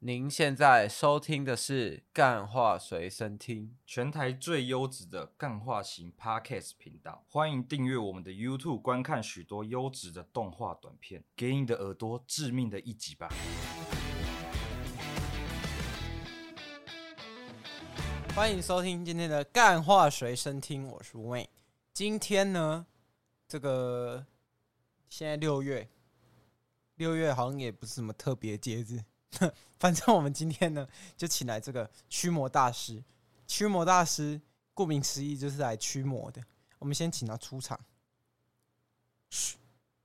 您现在收听的是《干话随身听全台最优质的干化型 Podcast 频道，欢迎订阅我们的 YouTube，观看许多优质的动画短片，给你的耳朵致命的一击吧！》。欢迎收听今天的《干话随身听》，我是 Wayne。今天呢，这个现在六月，六月好像也不是什么特别节日， 反正我们今天呢就请来这个驱魔大师。驱魔大师顾名思义就是来驱魔的。我们先请他出场。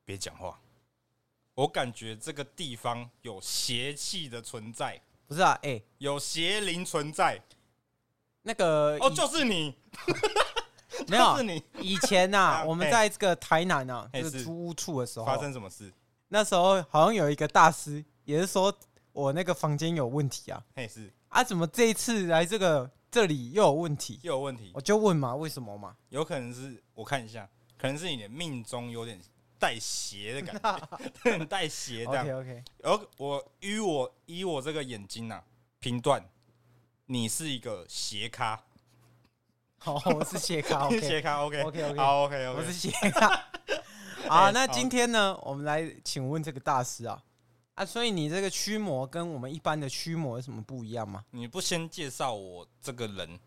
别讲话，我感觉这个地方有邪气的存在，不是啊，哎、有邪灵存在。那个哦，以就是你，没有啊就是你。以前呐、 啊我们哎在这个台南啊，哎这个是租屋处的时候，啊发生什么事？那时候好像有一个大师，也是说我那个房间有问题啊嘿，是啊，怎么这一次来这个这里又有问题？又有问题我，就问嘛，为什么嘛？有可能是我看一下，可能是你的命中有点带邪的感觉， 有点带邪这 OK 样。 OK，然后我依我依我这个眼睛呐、啊、评断，你是一个邪咖，好，我是谢咖 邪，OK，咖 OK OK，OK 好 OK 我是 OK，谢 咖。啊，哎那好今天呢，我们来请问这个大师啊，啊，所以你这个驱魔跟我们一般的驱魔有什么不一样吗？你不先介绍我这个人，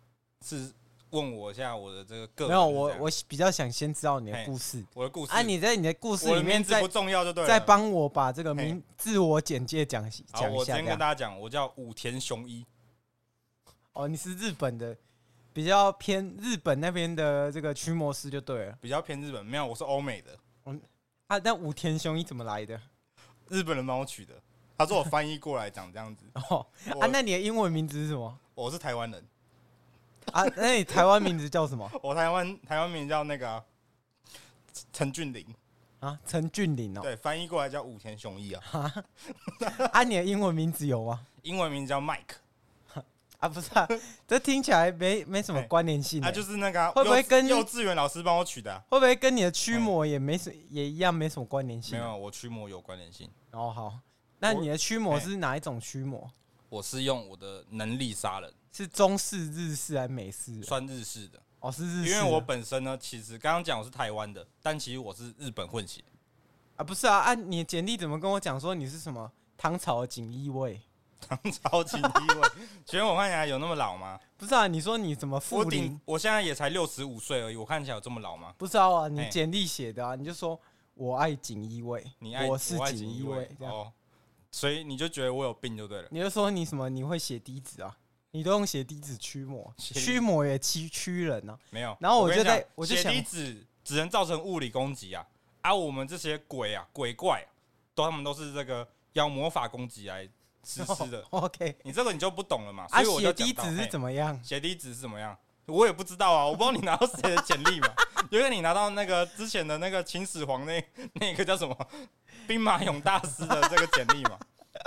是问我一下我的这个个人没有，是我怎样我比较想先知道你的嘿故事。我的故事啊，你在你的故事我里的面名字再不重要就对了。再帮我把这个嘿名自我简介讲一好，讲一我下，先这跟样。大家讲，我叫武田雄一，哦，你是日本的，比较偏日本那边的这个驱魔师就对了。比较偏日本，没有，我是欧美的，啊，那武田雄一怎么来的？日本人帮我取的。他说我翻译过来讲这 样子，哦，我、啊，那你的英文名字是什么？我是台湾人，啊，那你台湾名字叫什么我台湾台湾名叫那个啊陈、俊霖，啊？陈俊霖哦。对，翻译过来叫武田 雄一啊，啊，你的英文名字有吗？英文名叫 Mike，啊，不是啊，这听起来没没什么嘿关联性欸、啊，就是那个啊、会不会幼稚跟幼稚园老师帮我取的啊、会不会跟你的驱魔也没什也一样没什么关联没性啊、有，我驱魔有关联性，哦，好，那我哎你的驱魔嘿是哪一种驱魔？我是用我的能力杀人，是中式、日式还是美式啊？算日式的，哦，是日因式啊。为我本身呢，其实刚刚讲我是台湾的，但其实我是日本混血。 啊，不是啊，啊，你的简历怎么跟我讲说你是什么唐朝的锦衣卫？超级低位。 请问我看起来有那么老吗？不是啊，你说你怎么富我顶林？我现在也才六十五岁而已，我看起来有这么老吗？不知道啊，你哎简历写的啊，你就说我爱锦衣卫，你爱我是爱锦锦衣衣卫卫，这样哦，所以你就觉得我有病就对了。你就说你什么你会写笛子啊，你都用写笛子驱魔，写笛驱魔也驱驱人啊。 没有，然后我我就跟你讲在我就血想滴子只能造成物理攻击啊！啊，我们这些鬼啊鬼怪、啊，都他们都是这个要魔法攻击来实施的。 OK，你这个你就不懂了嘛？所哦啊，以我写就笛讲到子是嘿怎么样？写地址是怎么样？我也不知道啊，我不知道你拿到谁的简历嘛。因为你拿到那个之前的那个秦始皇那那个叫什么兵马俑大师的这个简历嘛。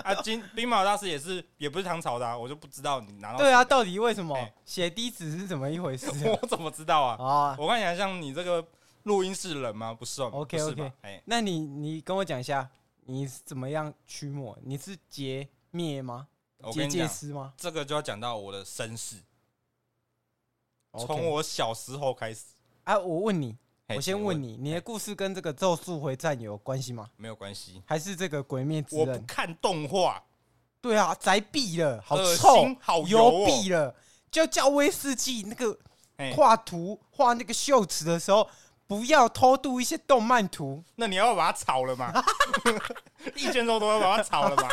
啊，金兵马俑大师也是也不是唐朝的、啊，我就不知道你拿到。对啊，到底为什么哎写笛子是怎么一回事 我怎么知道啊？啊？啊，我看起来像你这个录音室人吗？不是哦 OK，不是吧 OK 哎、那你你跟我讲一下，你是怎么样驱魔？你是劫灭吗？我结跟你界讲，师吗？这个就要讲到我的身世， OK 从我小时候开始。啊，我问你，嘿我先请问你，你的故事跟这个《咒术回战》有关系吗？没有关系，还是这个《鬼灭之我刃不》？看动画，对啊，宅毙了，好恶臭心，好油油哦毙了，就叫威士忌那个哎画图画那个秀词的时候，不要偷渡一些动漫图。 那你要把它炒了嘛？ 一千多都要把它炒了嘛？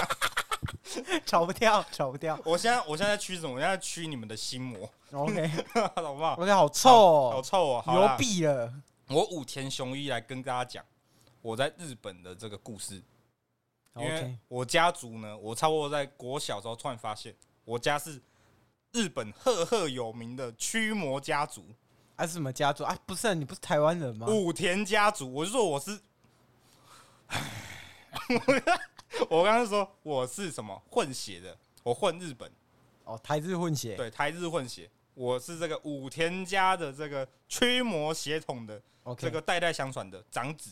找不掉，找不掉。我现在我现在在驱什么？我现在在驱你们的心魔， OK 好不好？ OK，好臭好哦，臭哦！好油啦，毙了。我武田雄一来跟大家讲我在日本的这个故事，因为 OK，我家族呢，我差不多在国小时候突然发现，我家是日本赫赫有名的驱魔家族，啊是什么家族啊？不是啊，你不是台湾人吗？武田家族。我就说我是， 我刚刚说我是什么混血的，我混日本。哦，台日混血。对，台日混血，我是这个武田家的这个驱魔血统的 OK，这个代代相传的长子。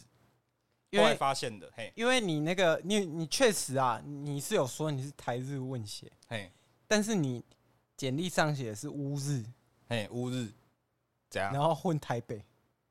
因后来为发现的，嘿，因为你那个你你确实啊，你是有说你是台日混血，嘿，但是你简历上写的是乌日，嘿，乌日怎然样？后混台 北，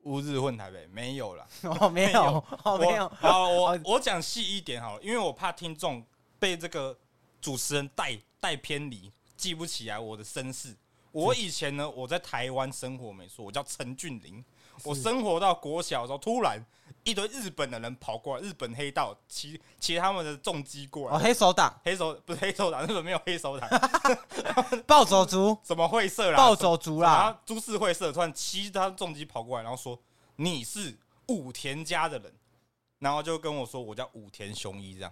乌日混台北没有啦，哦没有哦没有我，好，我哦我讲细一点好了，因为我怕听众被这个主持人带带偏离，记不起来我的身世。我以前呢，我在台湾生活没错，我叫陈俊霖。我生活到国小的时候，突然一堆日本的人跑过来，日本黑道骑骑他们的重机过来，哦黑手党、黑手不是黑手党，日本没有黑手党， 暴走族、什么会社啦，暴走族啦，啊，株式会社突然骑着他的重机跑过来，然后说你是武田家的人，然后就跟我说我叫武田雄一这样。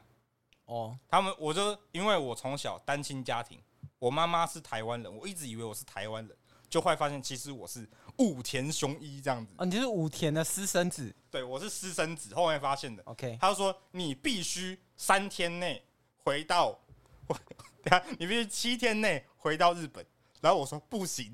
哦他们我就因为我从小单亲家庭，我妈妈是台湾人，我一直以为我是台湾人，就会发现其实我是武田雄一这样子。哦，你就是武田的私生子对，我是私生子，后面发现的。 ，OK，他就说你必须三天内回到，等下你必须七天内回到日本。然后我说不行，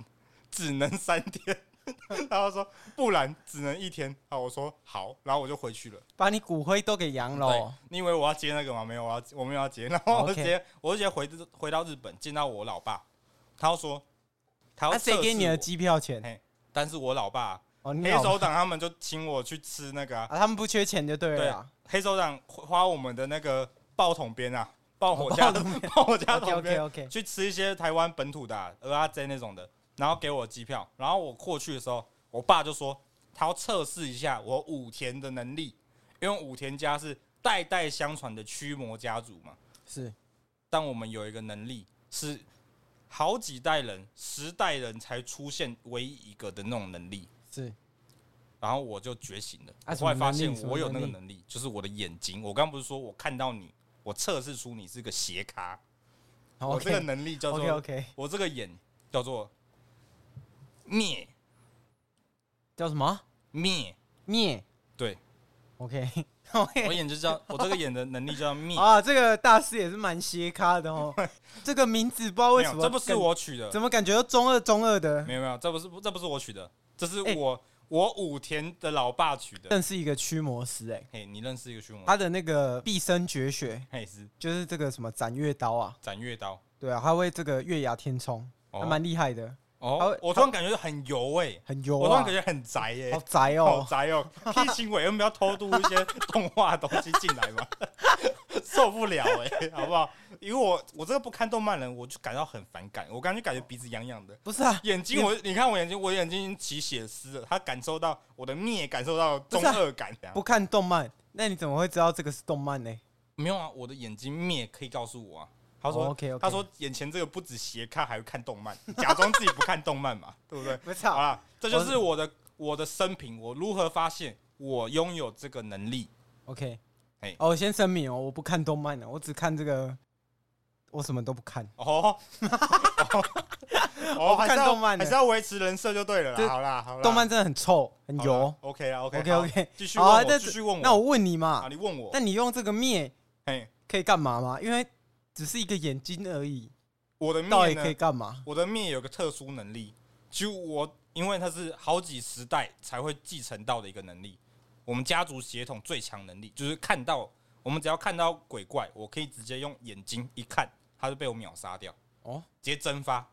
只能三天。 然后他说不然只能一天。啊，我说好，然后我就回去了。把你骨灰都给扬对喽，，你以为我要接那个吗？没有，我要我没有要接。然后我就哦 OK 直接我就直接回回到日本，见到我老爸，他就说他那要啊谁测给试你的我？机票钱？嘿，但是我老爸哦，你黑老手党他们就请我去吃那个啊、啊，他们不缺钱就对对了啊啦。，黑手党花我们的那个爆桶边啊，爆火家 爆火家 OK 桶 OK 边 OK，去吃一些台湾本土的、啊、鹅阿珍那种的，然后给我机票，然后我过去的时候，我爸就说他要测试一下我武田的能力，因为武田家是代代相传的驱魔家族嘛，是但我们有一个能力是好几代人、十代人才出现唯一一个的那种能力，是然后我就觉醒了，啊什后么来发能力现什么我有那能个力能力，就是我的眼睛。我刚不是说我看到你，我测试出你是个斜咖，我这个哦，OK 能力叫做 OK OK，我这个眼叫做灭叫什么灭，灭对 OK 我 OK 眼就 叫我这个眼的能力叫做灭，啊，这个大师也是蛮斜咖的哦， 这个名字不知道为没什有，么，这不是，我取的，怎么感觉都中二中二的没？有没有，这不是这不是我取的，这是哎我我武田的老爸取的。认识一个驱魔师哎，嘿，你认识一个凶魔？他的那个毕生绝学他也是就是这个什么斩月刀啊，斩月刀对啊，他会这个月牙天冲，哦还蛮厉害的，他哦会，我突然感觉很油哎，很油我突然啊感，觉很宅欸耶好。宅好哦，宅哦！疫情委员不要偷渡一些动画的东西进来嘛， 受不了哎、好不好？因为我我这个不看动漫人，我就感到很反感，我感觉感觉鼻子痒痒的， 不是啊，眼睛我你看我眼睛，我眼睛已经起血丝了，他感受到我的灭，感受到中二感、不啊看动漫，那你怎么会知道这个是动漫呢？没有啊，我的眼睛灭可以告诉我啊。他说、哦，OK，OK 他说眼前这个不止斜看，还会看动漫，假装自己不看动漫嘛， 对不对？不是好啊，啦，这就是我的我的生平，我如何发现我拥有这个能力。 OK，哎哦，我先声明哦，我不看动漫的，我只看这个，我什么都不看。哦， 哦还是要动漫的还是要维持人设就对了这啦。好啦，好啦，动漫真的很臭，很好啦油。 OK 啦 OK OK OK OK，继续好问啊，我，那继续问我。那我问你啊，嘛，你问我那，你用这个灭嘿，可以干嘛吗？因为只是一个眼睛而已，我的到面底可以呢？干嘛？我的面有个特殊能力，就我因为它是好几十代才会继承到的一个能力，我们家族血统最强能力就是看到我们只要看到鬼怪，我可以直接用眼睛一看，它就被我秒杀掉。哦，直接蒸发。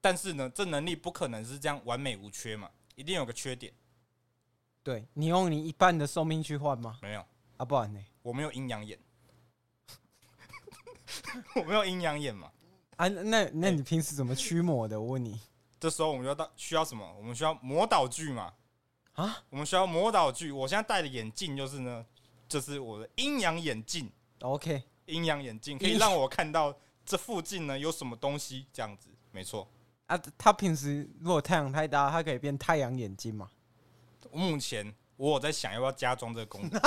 但是呢，这能力不可能是这样完美无缺嘛，一定有个缺点。对你用你一半的寿命去换吗？没有，啊，不然呢？我没有阴阳眼， 我没有阴阳眼嘛。啊，那那你平时怎么驱魔的？我问你这时候我们就要到需要什么？我们需要魔导具嘛？啊，我们需要魔导具。我现在戴的眼镜就是呢，就是我的阴阳眼镜。 ，OK，阴阳眼镜可阴以让我看到这附近呢有什么东西，这样子没错。啊，他平时如果太阳太大，他可以变太阳眼睛嘛？目前我有在想要不要加装这个功 能。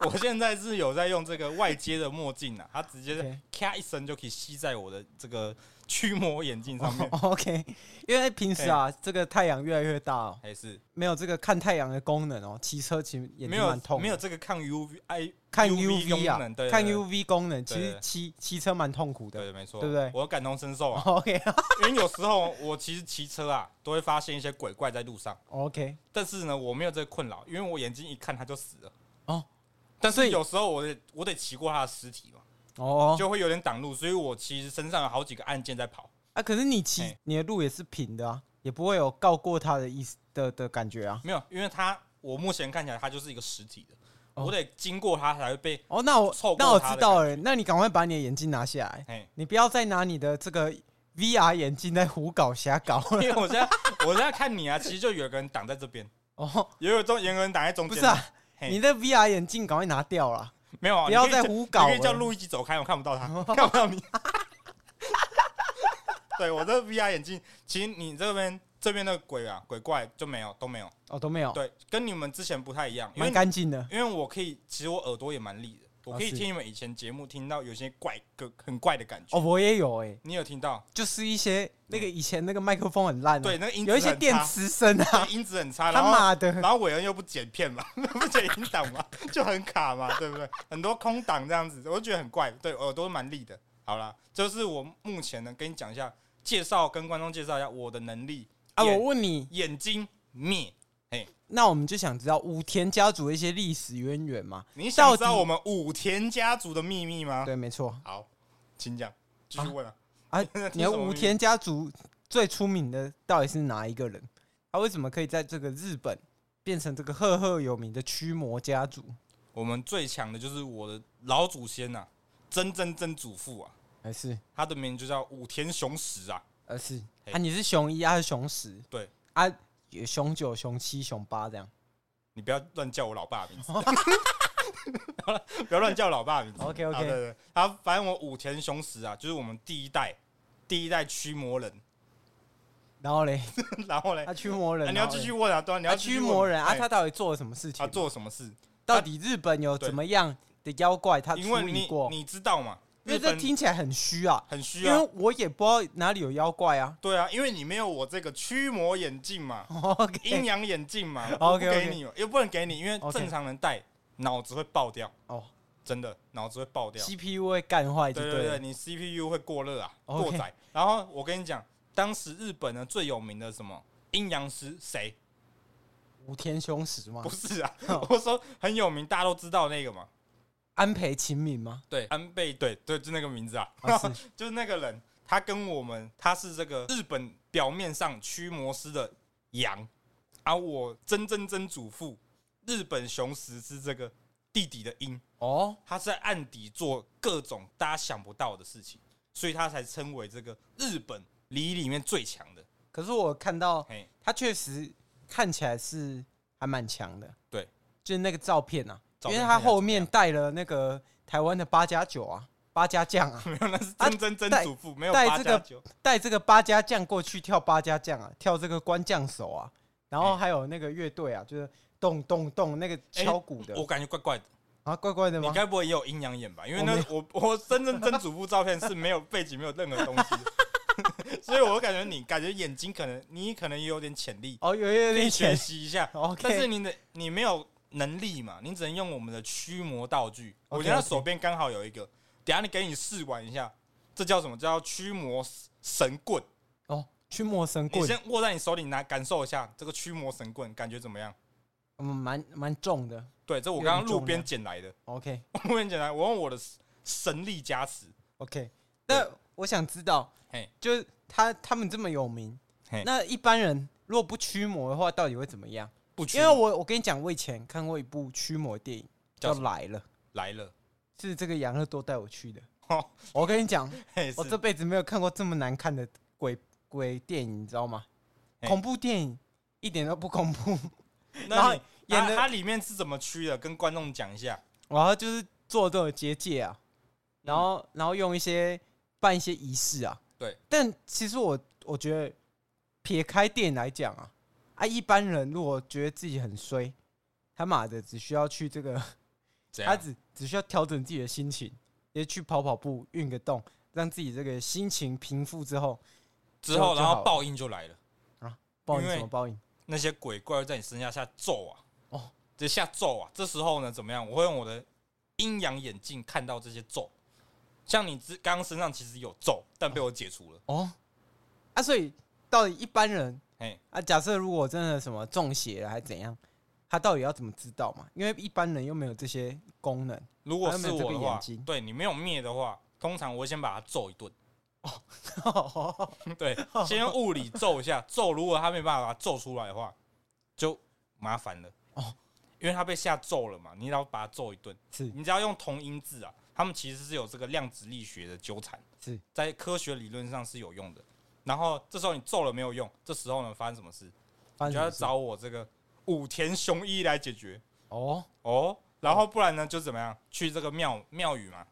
我现在是有在用这个外接的墨镜啊，它直接 OK 咔一声就可以吸在我的这个驱魔眼镜上哦面， OK，因为平时哎啊，这个太阳越来越大哦， 还是没有这个看太阳的功能哦，骑车其实眼没睛蛮有痛的，没有这个抗 UV I 看 UV 功 UV 啊能，对对看对 UV 功能，其对对实对骑骑车蛮痛苦的。对，没错，对不对我感同身受 啊，OK 啊因为有时候我其实骑车啊，都会发现一些鬼怪在路上， OK，但是呢，我没有这个困扰，因为我眼睛一看它就死了。哦，但所是以有时候我得我得骑过他的尸体嘛，哦，就会有点挡路，所以我其实身上有好几个按键在跑。啊，可是你骑哎你的路也是平的啊，也不会有告过他的意思的的感觉啊。没有，因为他我目前看起来他就是一个实体的，哦我得经过他才会被。哦，那我凑过那我他知的道了，那你赶快把你的眼镜拿下来，哎，你不要再拿你的这个 VR 眼镜在胡搞瞎搞因了。为我现在我现在看你啊，其实就有个人挡在这边，哦，也有中有个人挡在中不间。是啊，嘿你的 VR 眼镜赶快拿掉了，没有啊，不要你可再以叫胡搞你可以叫了路易吉走开，我看不 到他，看不到你。 对我这 VR 眼镜，其实你这边这边的鬼啊鬼怪就没有都没有，哦，都没有，对，跟你们之前不太一样，因为蛮干净的。因为我可以，其实我耳朵也蛮利的，我可以啊是听你们以前节目听到有些怪个很怪的感觉。哦，我也有哎、你有听到？ 就是一些那个以前那个麦克风很烂、啊，对，，那个音质有一些很电差磁声啊对，音质很差，然他后妈的然，后伟恩又不剪片嘛， 不剪音档嘛，就很 卡嘛，对不对？很多空档这样子，我就觉得很怪。对，耳朵蛮利的。好啦，就是我目前呢，跟你讲一下，介绍跟观众介绍一下我的能力啊！我眼问你，眼睛灭。那我们就想知道武田家族的一些历史渊源嘛？你想到知道底我们武田家族的秘密吗？对，没错好，请讲，继续问啊。 啊听！你的什么秘武密田家族最出名的到底是哪一个人？他为什么可以在这个日本变成这个赫赫有名的驱魔家族？我们最强的就是我的老祖先呐、曾曾曾祖父啊，还是他的名字就叫武田雄实啊。而是嘿啊？你是熊一，他是熊十，对啊，有熊九、熊七、熊八这样。你不要乱叫我老爸的名字， 好了不要乱叫我老爸的名字。啊 OK 好对 OK，对，他反正我武田雄实啊，就是我们第一代第一代驱魔人。 然后嘞，然后嘞，他驱魔人，啊你然要后嘞继续问啊，对啊，你他要继续驱问魔人啊，哎他到底做了什么事情他嘛？做了啊什么事？到底日本有对怎么样的妖怪他因为处理你过？你知道嘛，因为日这本听起来很虚啊，很需因要。为我也不知道哪里有妖怪啊。 对啊，因为你没有我这个驱魔眼镜嘛，阴 OK，阳眼镜嘛，我不 OK，OK 给你嘛，又不能给你，因为哦 OK 正常人戴脑子会爆掉。哦真的脑子会爆掉。 ，CPU 会干坏就啊对对对，了。你 CPU 会过热啊， OK 过载。然后我跟你讲，当时日本呢最有名的什么阴阳师谁？五天凶石吗不？是啊， 我说很有名，大家都知道那个嘛。安培秦明吗？对，安倍，对对，就那个名字啊，啊是 就是那个人，他跟我们，他是这个日本表面上驱魔师的羊，而、我真真真祖父日本雄狮是这个弟弟的鹰。哦，他是在暗底做各种大家想不到的事情，所以他才称为这个日本里里面最强的。可是我看到嘿， 他确实看起来是还蛮强的。对，就是那个照片啊，照因片为看起来他后面带了那个台湾的八加九啊，八加酱 啊，没有，那是啊真真真带祖父，没有带八这加个九。带这个八家将过去跳八家将啊，跳这个关将手啊，然后还有那个乐队啊，就是咚咚咚那个敲鼓的、我感觉怪怪的，啊，怪怪的你吗？该不会也有阴阳眼吧？因为我那没我 我真真真祖父照片是没有背景，没有任何东西 的，所以我感觉你感觉眼睛可能你可能也有点潜力，哦，有有可点以学钱习一下。 ，OK，但是你的你没有能力嘛，你只能用我们的驱魔道具。 OK，我现在 OK 手边刚好有一个，等一下你给你试玩一下，这叫什么？叫驱魔神棍。哦，驱魔神你棍，先握在你手里拿，感受一下这个驱魔神棍感觉怎么样？嗯，蛮蛮重的对，这我刚刚有点重路边量捡来的， ，OK 路边捡来，我用我的神力加持。 OK。那我想知道嘿，就是他他们这么有名嘿，那一般人如果不驱魔的话，到底会怎么样？不驱因为我我跟你讲，我以前看过一部驱魔电影叫叫《什来了》，来了，是这个杨乐多带我去的 哦。我跟你 讲，嘿，我是这辈子没有看过这么难看的鬼鬼电影，你知道吗？嘿恐怖电影一点都不恐怖，然那后你演它的它里面是怎么驱的？跟观众讲一下。然后就是做这种结界啊，然后、然后用一些办一些仪式啊。嗯对，但其实我我觉得撇开电影来讲啊，啊一般人如果觉得自己很衰，他妈的只需要去这个，怎他样？只只需要调整自己的心情，也去跑跑步、运个动，让自己这个心情平复之后，之后就然好后了报应就来了。报应因为什么报应？那些鬼怪会在你身下下咒啊，哦哦，就下咒啊。这时候呢，怎么样？我会用我的阴阳眼镜看到这些咒。像你之刚刚身上其实有咒，但被我解除了。哦，啊，所以到底一般人嘿，啊，假设如果真的什么中邪了还怎样，他到底要怎么知道嘛？因为一般人又没有这些功能。如果还有没是有这我个的眼话睛，对你没有灭的话，通常我会先把它揍一顿， 对，先用物理揍一下，揍如果他没办法把它揍出来的话，就麻烦了哦哦，因为他被下揍了嘛，你只要把他揍一顿，是你只要用同音字啊，他们其实是有这个量子力学的纠缠，是在科学理论上是有用的。然后这时候你揍了没有用，这时候呢发生什么事？发你生什就要么事找我这个武田雄一来解决哦，哦。然后不然呢就怎么样？去这个庙庙宇嘛，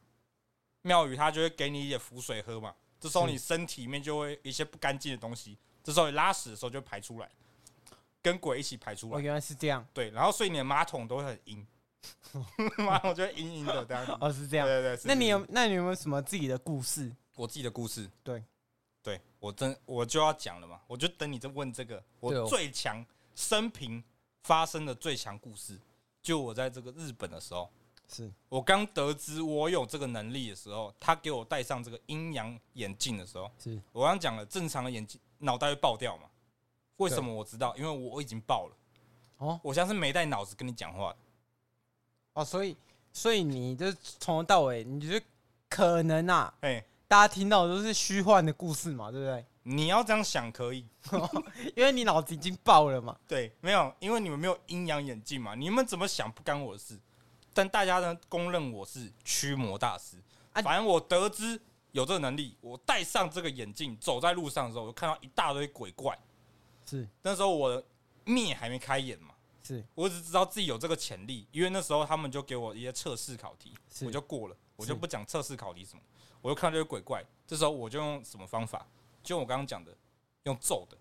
庙宇他就会给你一点符水喝嘛。这时候是你身体里面就会有一些不干净的东西，这时候你拉屎的时候就排出来，跟鬼一起排出哦，来。原来是这样，对，然后所以你的马桶都会很 阴，马桶就会阴阴的这样子。哦是这对样。对对，是那是你是有那你有没有什么自己的故事？我自己的故事。对，对我真我就要讲了嘛，我就等你这问这个对哦我最强生平发生的最强故事，就我在这个日本的时候，是我刚得知我有这个能力的时候，他给我戴上这个阴阳眼镜的时候，是我刚讲了，正常的眼镜脑袋会爆掉嘛？为什么我知道？因为我已经爆了。哦我像是没带脑子跟你讲话的，哦，所以所以你就从头到尾，你就可能啊，哎，大家听到的都是虚幻的故事嘛，对不对？你要这样想可以，因为你脑子已经爆了嘛。对，没有，因为你们没有阴阳眼镜嘛，你们怎么想不干我的事。但大家呢，公认我是驱魔大师。啊反正我得知有这个能力，我戴上这个眼镜，走在路上的时候，我看到一大堆鬼怪。是那时候我的灭还没开眼嘛，是我只知道自己有这个潜力，因为那时候他们就给我一些测试考题，是我就过了，我就是不讲测试考题什么，我就看到这些鬼怪。这时候我就用什么方法？就我刚刚讲的，用揍的，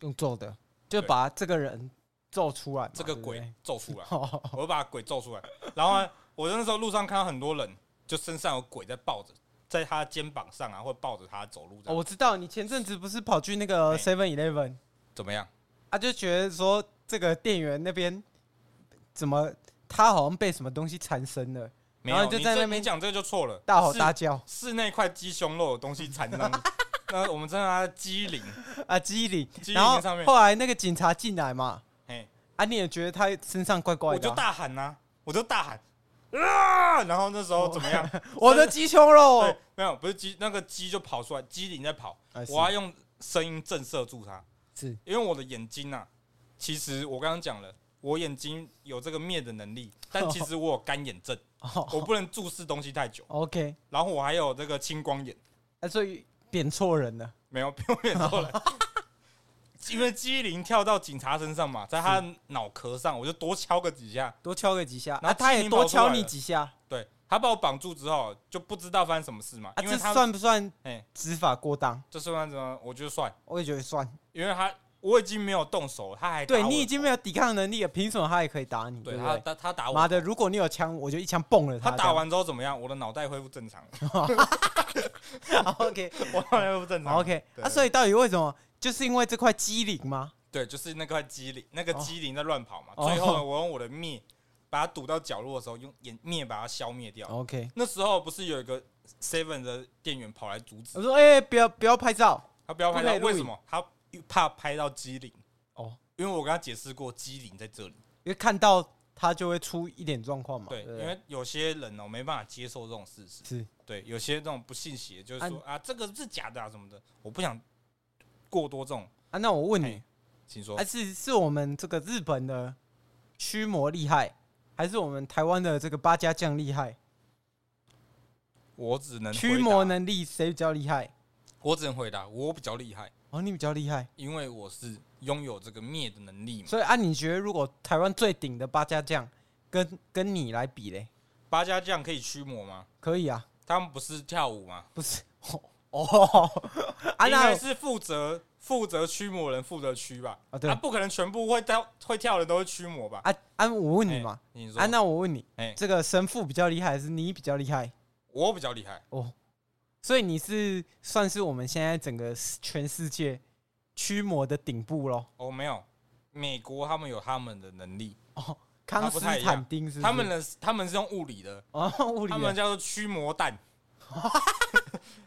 用咒的，就对把这个人咒出来嘛，这个啊对不鬼 对。揍出来。哦，我就把鬼揍出来。然后呢，我那时候路上看到很多人，就身上有鬼在抱着，在他肩膀上啊，或抱着他走路这样。哦我知道你前阵子不是跑去那个哎 Seven Eleven 怎么样？啊，就觉得说这个店员那边怎么他好像被什么东西缠身了，没然有，后就你在这那边你讲这个就错了。大吼是大叫是那块鸡胸肉的东西 缠上去，那我们称它鸡灵。啊，机灵。机灵然后上面后来那个警察进来嘛，嘿，啊，你也觉得他身上怪怪我的就啊、大喊呐、我就大喊啊！然后那时哦候怎 么样？我的鸡胸肉对，没有，不是鸡，那个鸡就跑出来，鸡灵在跑，啊是我要用声音震慑住它。是因为我的眼睛啊，其实我刚刚讲了，我眼睛有这个灭的 能力，但其实我有干眼症，我哦不能注视东西太久， ，OK，然后我还有这个青光眼，啊，所以点错人了，没有，不用眼 错了。因为机灵跳到警察身上嘛，在他的脑壳上，我就多敲个几下。多敲个几下，然啊，后他机也灵多跑出敲来你了几下，对他把我绑住之后，就不知道发生什么事嘛，啊，因这为他算不算哎执法过当？这算什么？我觉得算，我也觉得算。因为他我已经没有动手，他还打对我你已经没有抵抗能力了，凭什么他也可以打你？对对不他对？他他打我妈的，如果你有枪，我就一枪崩了他这打样完之后怎么样？我的脑袋恢复正常， ，OK 我脑袋恢复正常。 OK， 对啊，所以到底为什么？就是因为这块机灵吗？对，就是那块机灵，那个哦机灵在乱跑嘛。哦最后呢，我用我的灭把它堵到角落的时候，用眼灭把它消灭掉。 OK，那时候不是有一个 Seven 的店员跑来阻止我，说哎、不要不要拍照他不要拍不可以到，录为影什么？他怕拍到机灵，哦，因为我跟他解释过机灵在这里。因为看到他就会出一点状况嘛。对，对不对，因为有些人哦没办法接受这种事实，是对，有些这种不信邪，就是啊说啊这个是假的啊什么的，我不想过多这种，啊，那我问你哎，请说还、。是是我们这个日本的驱魔厉害，还是我们台湾的这个八家将厉害？我只能驱回魔答，能力谁比较厉害？我只能回答，我比较厉害。哦，你比较厉害，因为我是拥有这个灭的能力嘛。所以啊，你觉得如果台湾最顶的八家将跟跟你来比嘞，八家将可以驱魔吗？可以啊？他们不是跳舞吗？不是 哦，啊应该那是负责负责驱魔人负责驱吧？啊对啊不可能全部会跳会跳的人都会驱魔吧？啊啊，我问你哎嘛，你说，啊那我问你哎，这个神父比较厉害还是你比较厉害？我比较厉害，哦，所以你是算是我们现在整个世全世界驱魔的顶部咯。哦没有，美国他们有他们的能力，哦，康他斯不太一样坦丁是不是他们的他们是用物理的，哦物理他啊们叫做驱魔弹。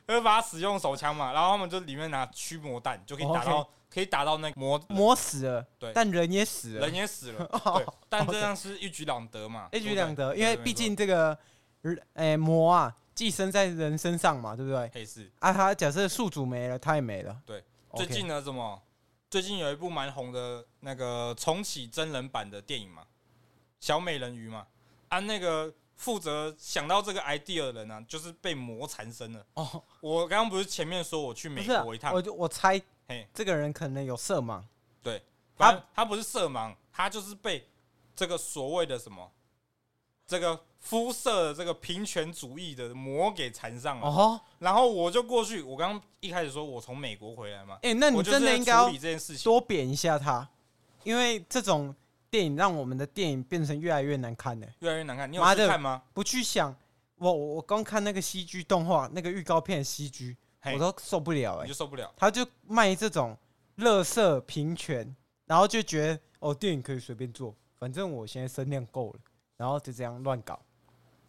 会把它使用手枪嘛，然后他们就里面拿驱魔弹，就可以打到可以打到那个魔哦魔死了，对但人也死了哦人，也死了，对，但这样是一举两得嘛，一举两得，对不对因为对毕没错竟这个，哎，魔啊，寄生在人身上嘛，对不对？也是。啊，他假设宿主没了，他也没了。对 OK，最近呢，什么？最近有一部蛮红的那个重启真人版的电影嘛，《小美人鱼》嘛，啊，那个负责想到这个 idea 的人呢、啊，就是被魔缠身了。哦，我刚刚不是前面说我去不美是啊，国一趟，我就我猜嘿，这个人可能有色盲，对，他他他不是色盲，他就是被这个所谓的什么，这个肤色的这个平权主义的魔给缠上了。哦，然后我就过去，我刚刚一开始说我从美国回来嘛，哎，那你我就是真的在应该要处理这件事情。多贬一下他，因为这种电影让我们的电影变成越来越难看呢。越来越难看。你有妈去的看吗？不去想，我我我光看那个 CG 动画，那个预告片 CG，嘿我都受不了哎你就。受不了。他就卖这种乐色平权，然后就觉得哦，电影可以随便做，反正我现在声量够了，然后就这样乱搞，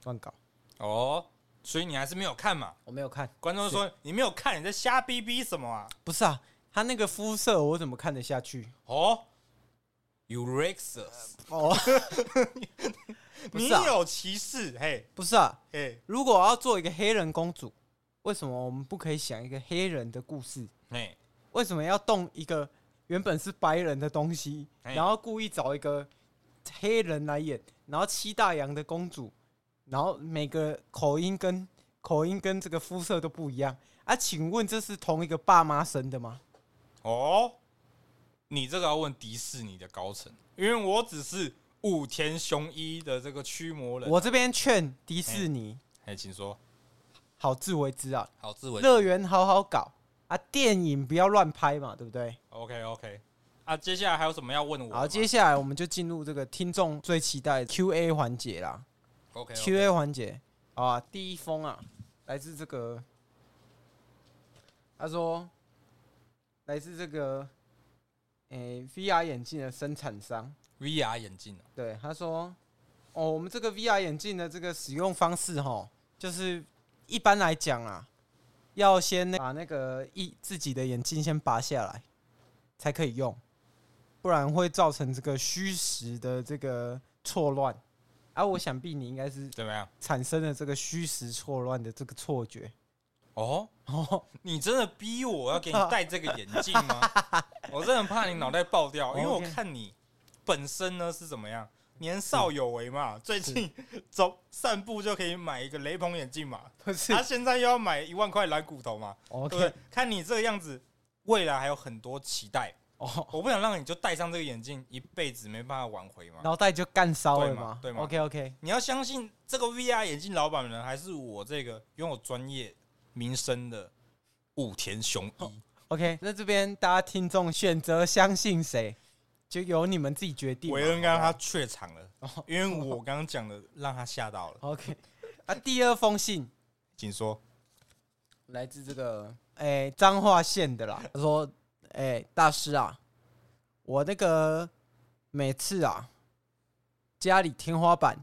乱搞。哦，所以你还是没有看嘛？我没有看，观众呃说你没有看，你在瞎逼逼什么啊？不是啊，他那个肤色我怎么看得下去？ 哦 u r e x 哦，不你是啊有歧视？嘿，不是啊，嘿，如果我要做一个黑人公主，为什么我们不可以想一个黑人的故事？嘿，为什么要动一个原本是白人的东西，哎然后故意找一个黑人来演，然后七大洋的公主，然后每个口音跟口音跟这个肤色都不一样啊？请问这是同一个爸妈生的吗？哦，你这个要问迪士尼的高层，因为我只是武田雄一的这个驱魔人。我这边劝迪士尼，哎，请说。好自为之啊，好，志伟。乐园好好搞啊，电影不要乱拍嘛，对不对？ OK OK。啊，接下来还有什么要问我的吗？好，接下来我们就进入这个听众最期待的 Q&A 环节啦。 OK。 Q&A 环节好啊，第一封啊，来自这个，他说，来自这个，诶、VR 眼镜的生产商， VR 眼镜啊对，他说，哦，我们这个 VR 眼镜的这个使用方式哈，就是一般来讲啊，要先那把那个一自己的眼镜先拔下来，才可以用，不然会造成这个虚实的这个错乱。啊，我想必你应该是怎么样？产生了这个虚实错乱的这个错觉。哦，哦，你真的逼我要给你戴这个眼镜吗？ 我真的很怕你脑袋爆掉，因为我哦 OK 看你本身呢是怎么样，年少有为嘛，最近走散步就可以买一个雷朋眼镜嘛， 不是他、现在又要买一万块蓝骨头嘛，对不，OK，啊对？看你这个样子，未来还有很多期待，哦，我不想让你就戴上这个眼镜，一辈子没办法挽回嘛。脑袋就干烧了对嘛对嘛 o k OK，你要相信这个 VR 眼镜老板呢，还是我这个拥有专业名声的武田雄哦一。 OK，那这边大家听众选择相信谁，就由你们自己决定嘛。韦恩刚好刚不好哦他怯场了，因为我刚刚讲的让他吓到了。 OK 啊，第二封信请说，来自这个诶哎彰化县的啦，他 说：“诶大师啊，我那个每次啊家里天花板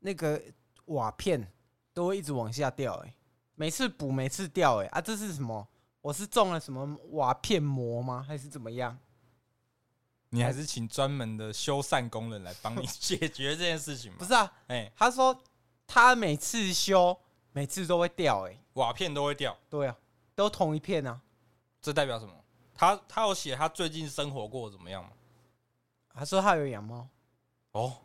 那个瓦片都会一直往下掉、欸，每次补每次掉、欸，啊，这是什么？我是中了什么瓦片魔吗？还是怎么样？你还是请专门的修缮工人来帮你解决这件事情 不嘛。是啊，哎，他说他每次修每次都会掉、欸，瓦片都会掉，对啊，都同一片啊。这代表什么？他他有写他最近生活过怎么样吗？他说他有养猫， 哦，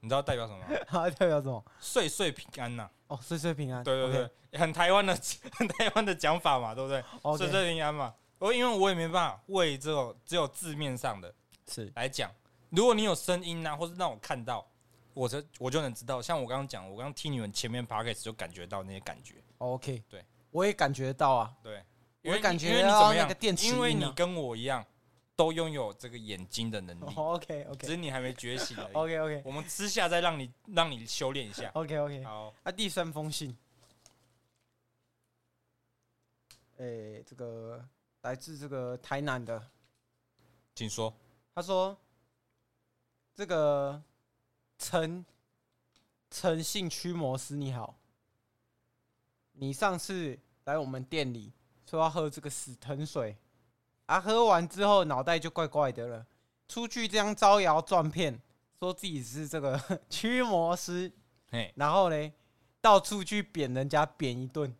你知道代表什么吗？他代表什么？岁岁平安呐、哦，岁岁平安。对对对，很台湾的 很台湾的讲法嘛，对不对？ o k 岁岁平安嘛。我因为我也没办法为这种只有字面上的是来讲，如果你有声音啊，或是让我看到，我就我就能知道。像我刚刚讲，我刚刚听你们前面 p o d c a s t 就感觉到那些感觉，哦 OK，对，我也感觉到啊，我对，因为你感觉因为你到怎么那样？个电磁因为音啊你跟我一样，都拥有这个眼睛的能力，哦 OK 只是 OK 你还没觉 醒而已。 OK OK 我们私下再让你让你修炼一下。 OK OK，好，啊那第三封信，诶，这个来自这个台南的，请说。他说这个诚诚信驱魔师你好，你上次来我们店里说要喝这个死藤水，啊，喝完之后脑袋就怪怪的了，出去这样招摇撞骗，说自己是这个 驱魔师，嘿，然后嘞到处去扁人家扁一顿，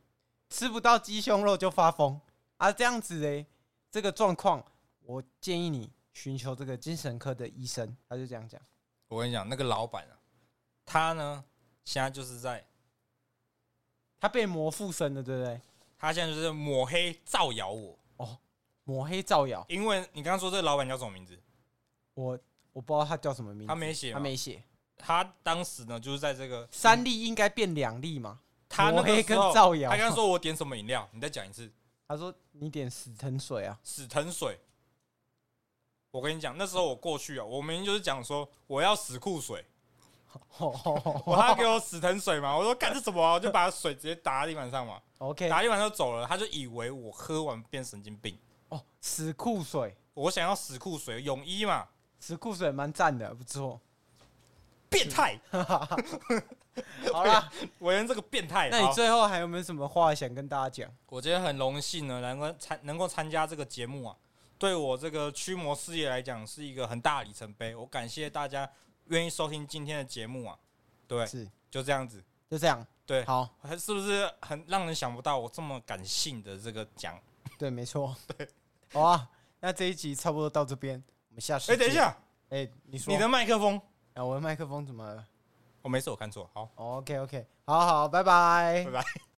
吃不到鸡胸肉就发疯啊，这样子嘞，这个状况，我建议你寻求这个精神科的医生，他就这样讲。我跟你讲，那个老板啊，他呢现在就是在，他被魔附身了，对不对？他现在就是抹黑造谣我，抹黑造谣，因为你刚刚说这个老板叫什么名字？我我不知道他叫什么名字，他没写吗，他没写。他当时呢就是在这个三粒应该变两粒嘛？他那抹个黑时跟候，造谣。他刚刚说我点什么饮料，你再讲一次，他说你点死藤水啊，死藤水。我跟你讲，那时候我过去啊，我明明就是讲说我要死库水，我他给我死藤水嘛，我说干这什么啊、我就把水直接打在地板上嘛， OK 打在地板上就走了，他就以为我喝完变神经病。哦，死库水，我想要死库水泳衣嘛，死库水蛮赞的，不错。变态，好啦，我连这个变态。那你好最后还有没有什么话想跟大家讲？我今天很荣幸呢，能够参能够参加这个节目啊，对我这个驱魔事业来讲是一个很大的里程碑。我感谢大家愿意收听今天的节目啊，对，是，就这样子，就这样。对，好，是不是很让人想不到我这么感性的这个讲？对，没 错，对，好啊。那这一集差不多到这边，我们下次。哎、等一，下，哎，你说你的麦克风，哦啊，我的麦克风怎么了哦我、没事，我看错，好。 ？OK OK，好好，拜拜拜。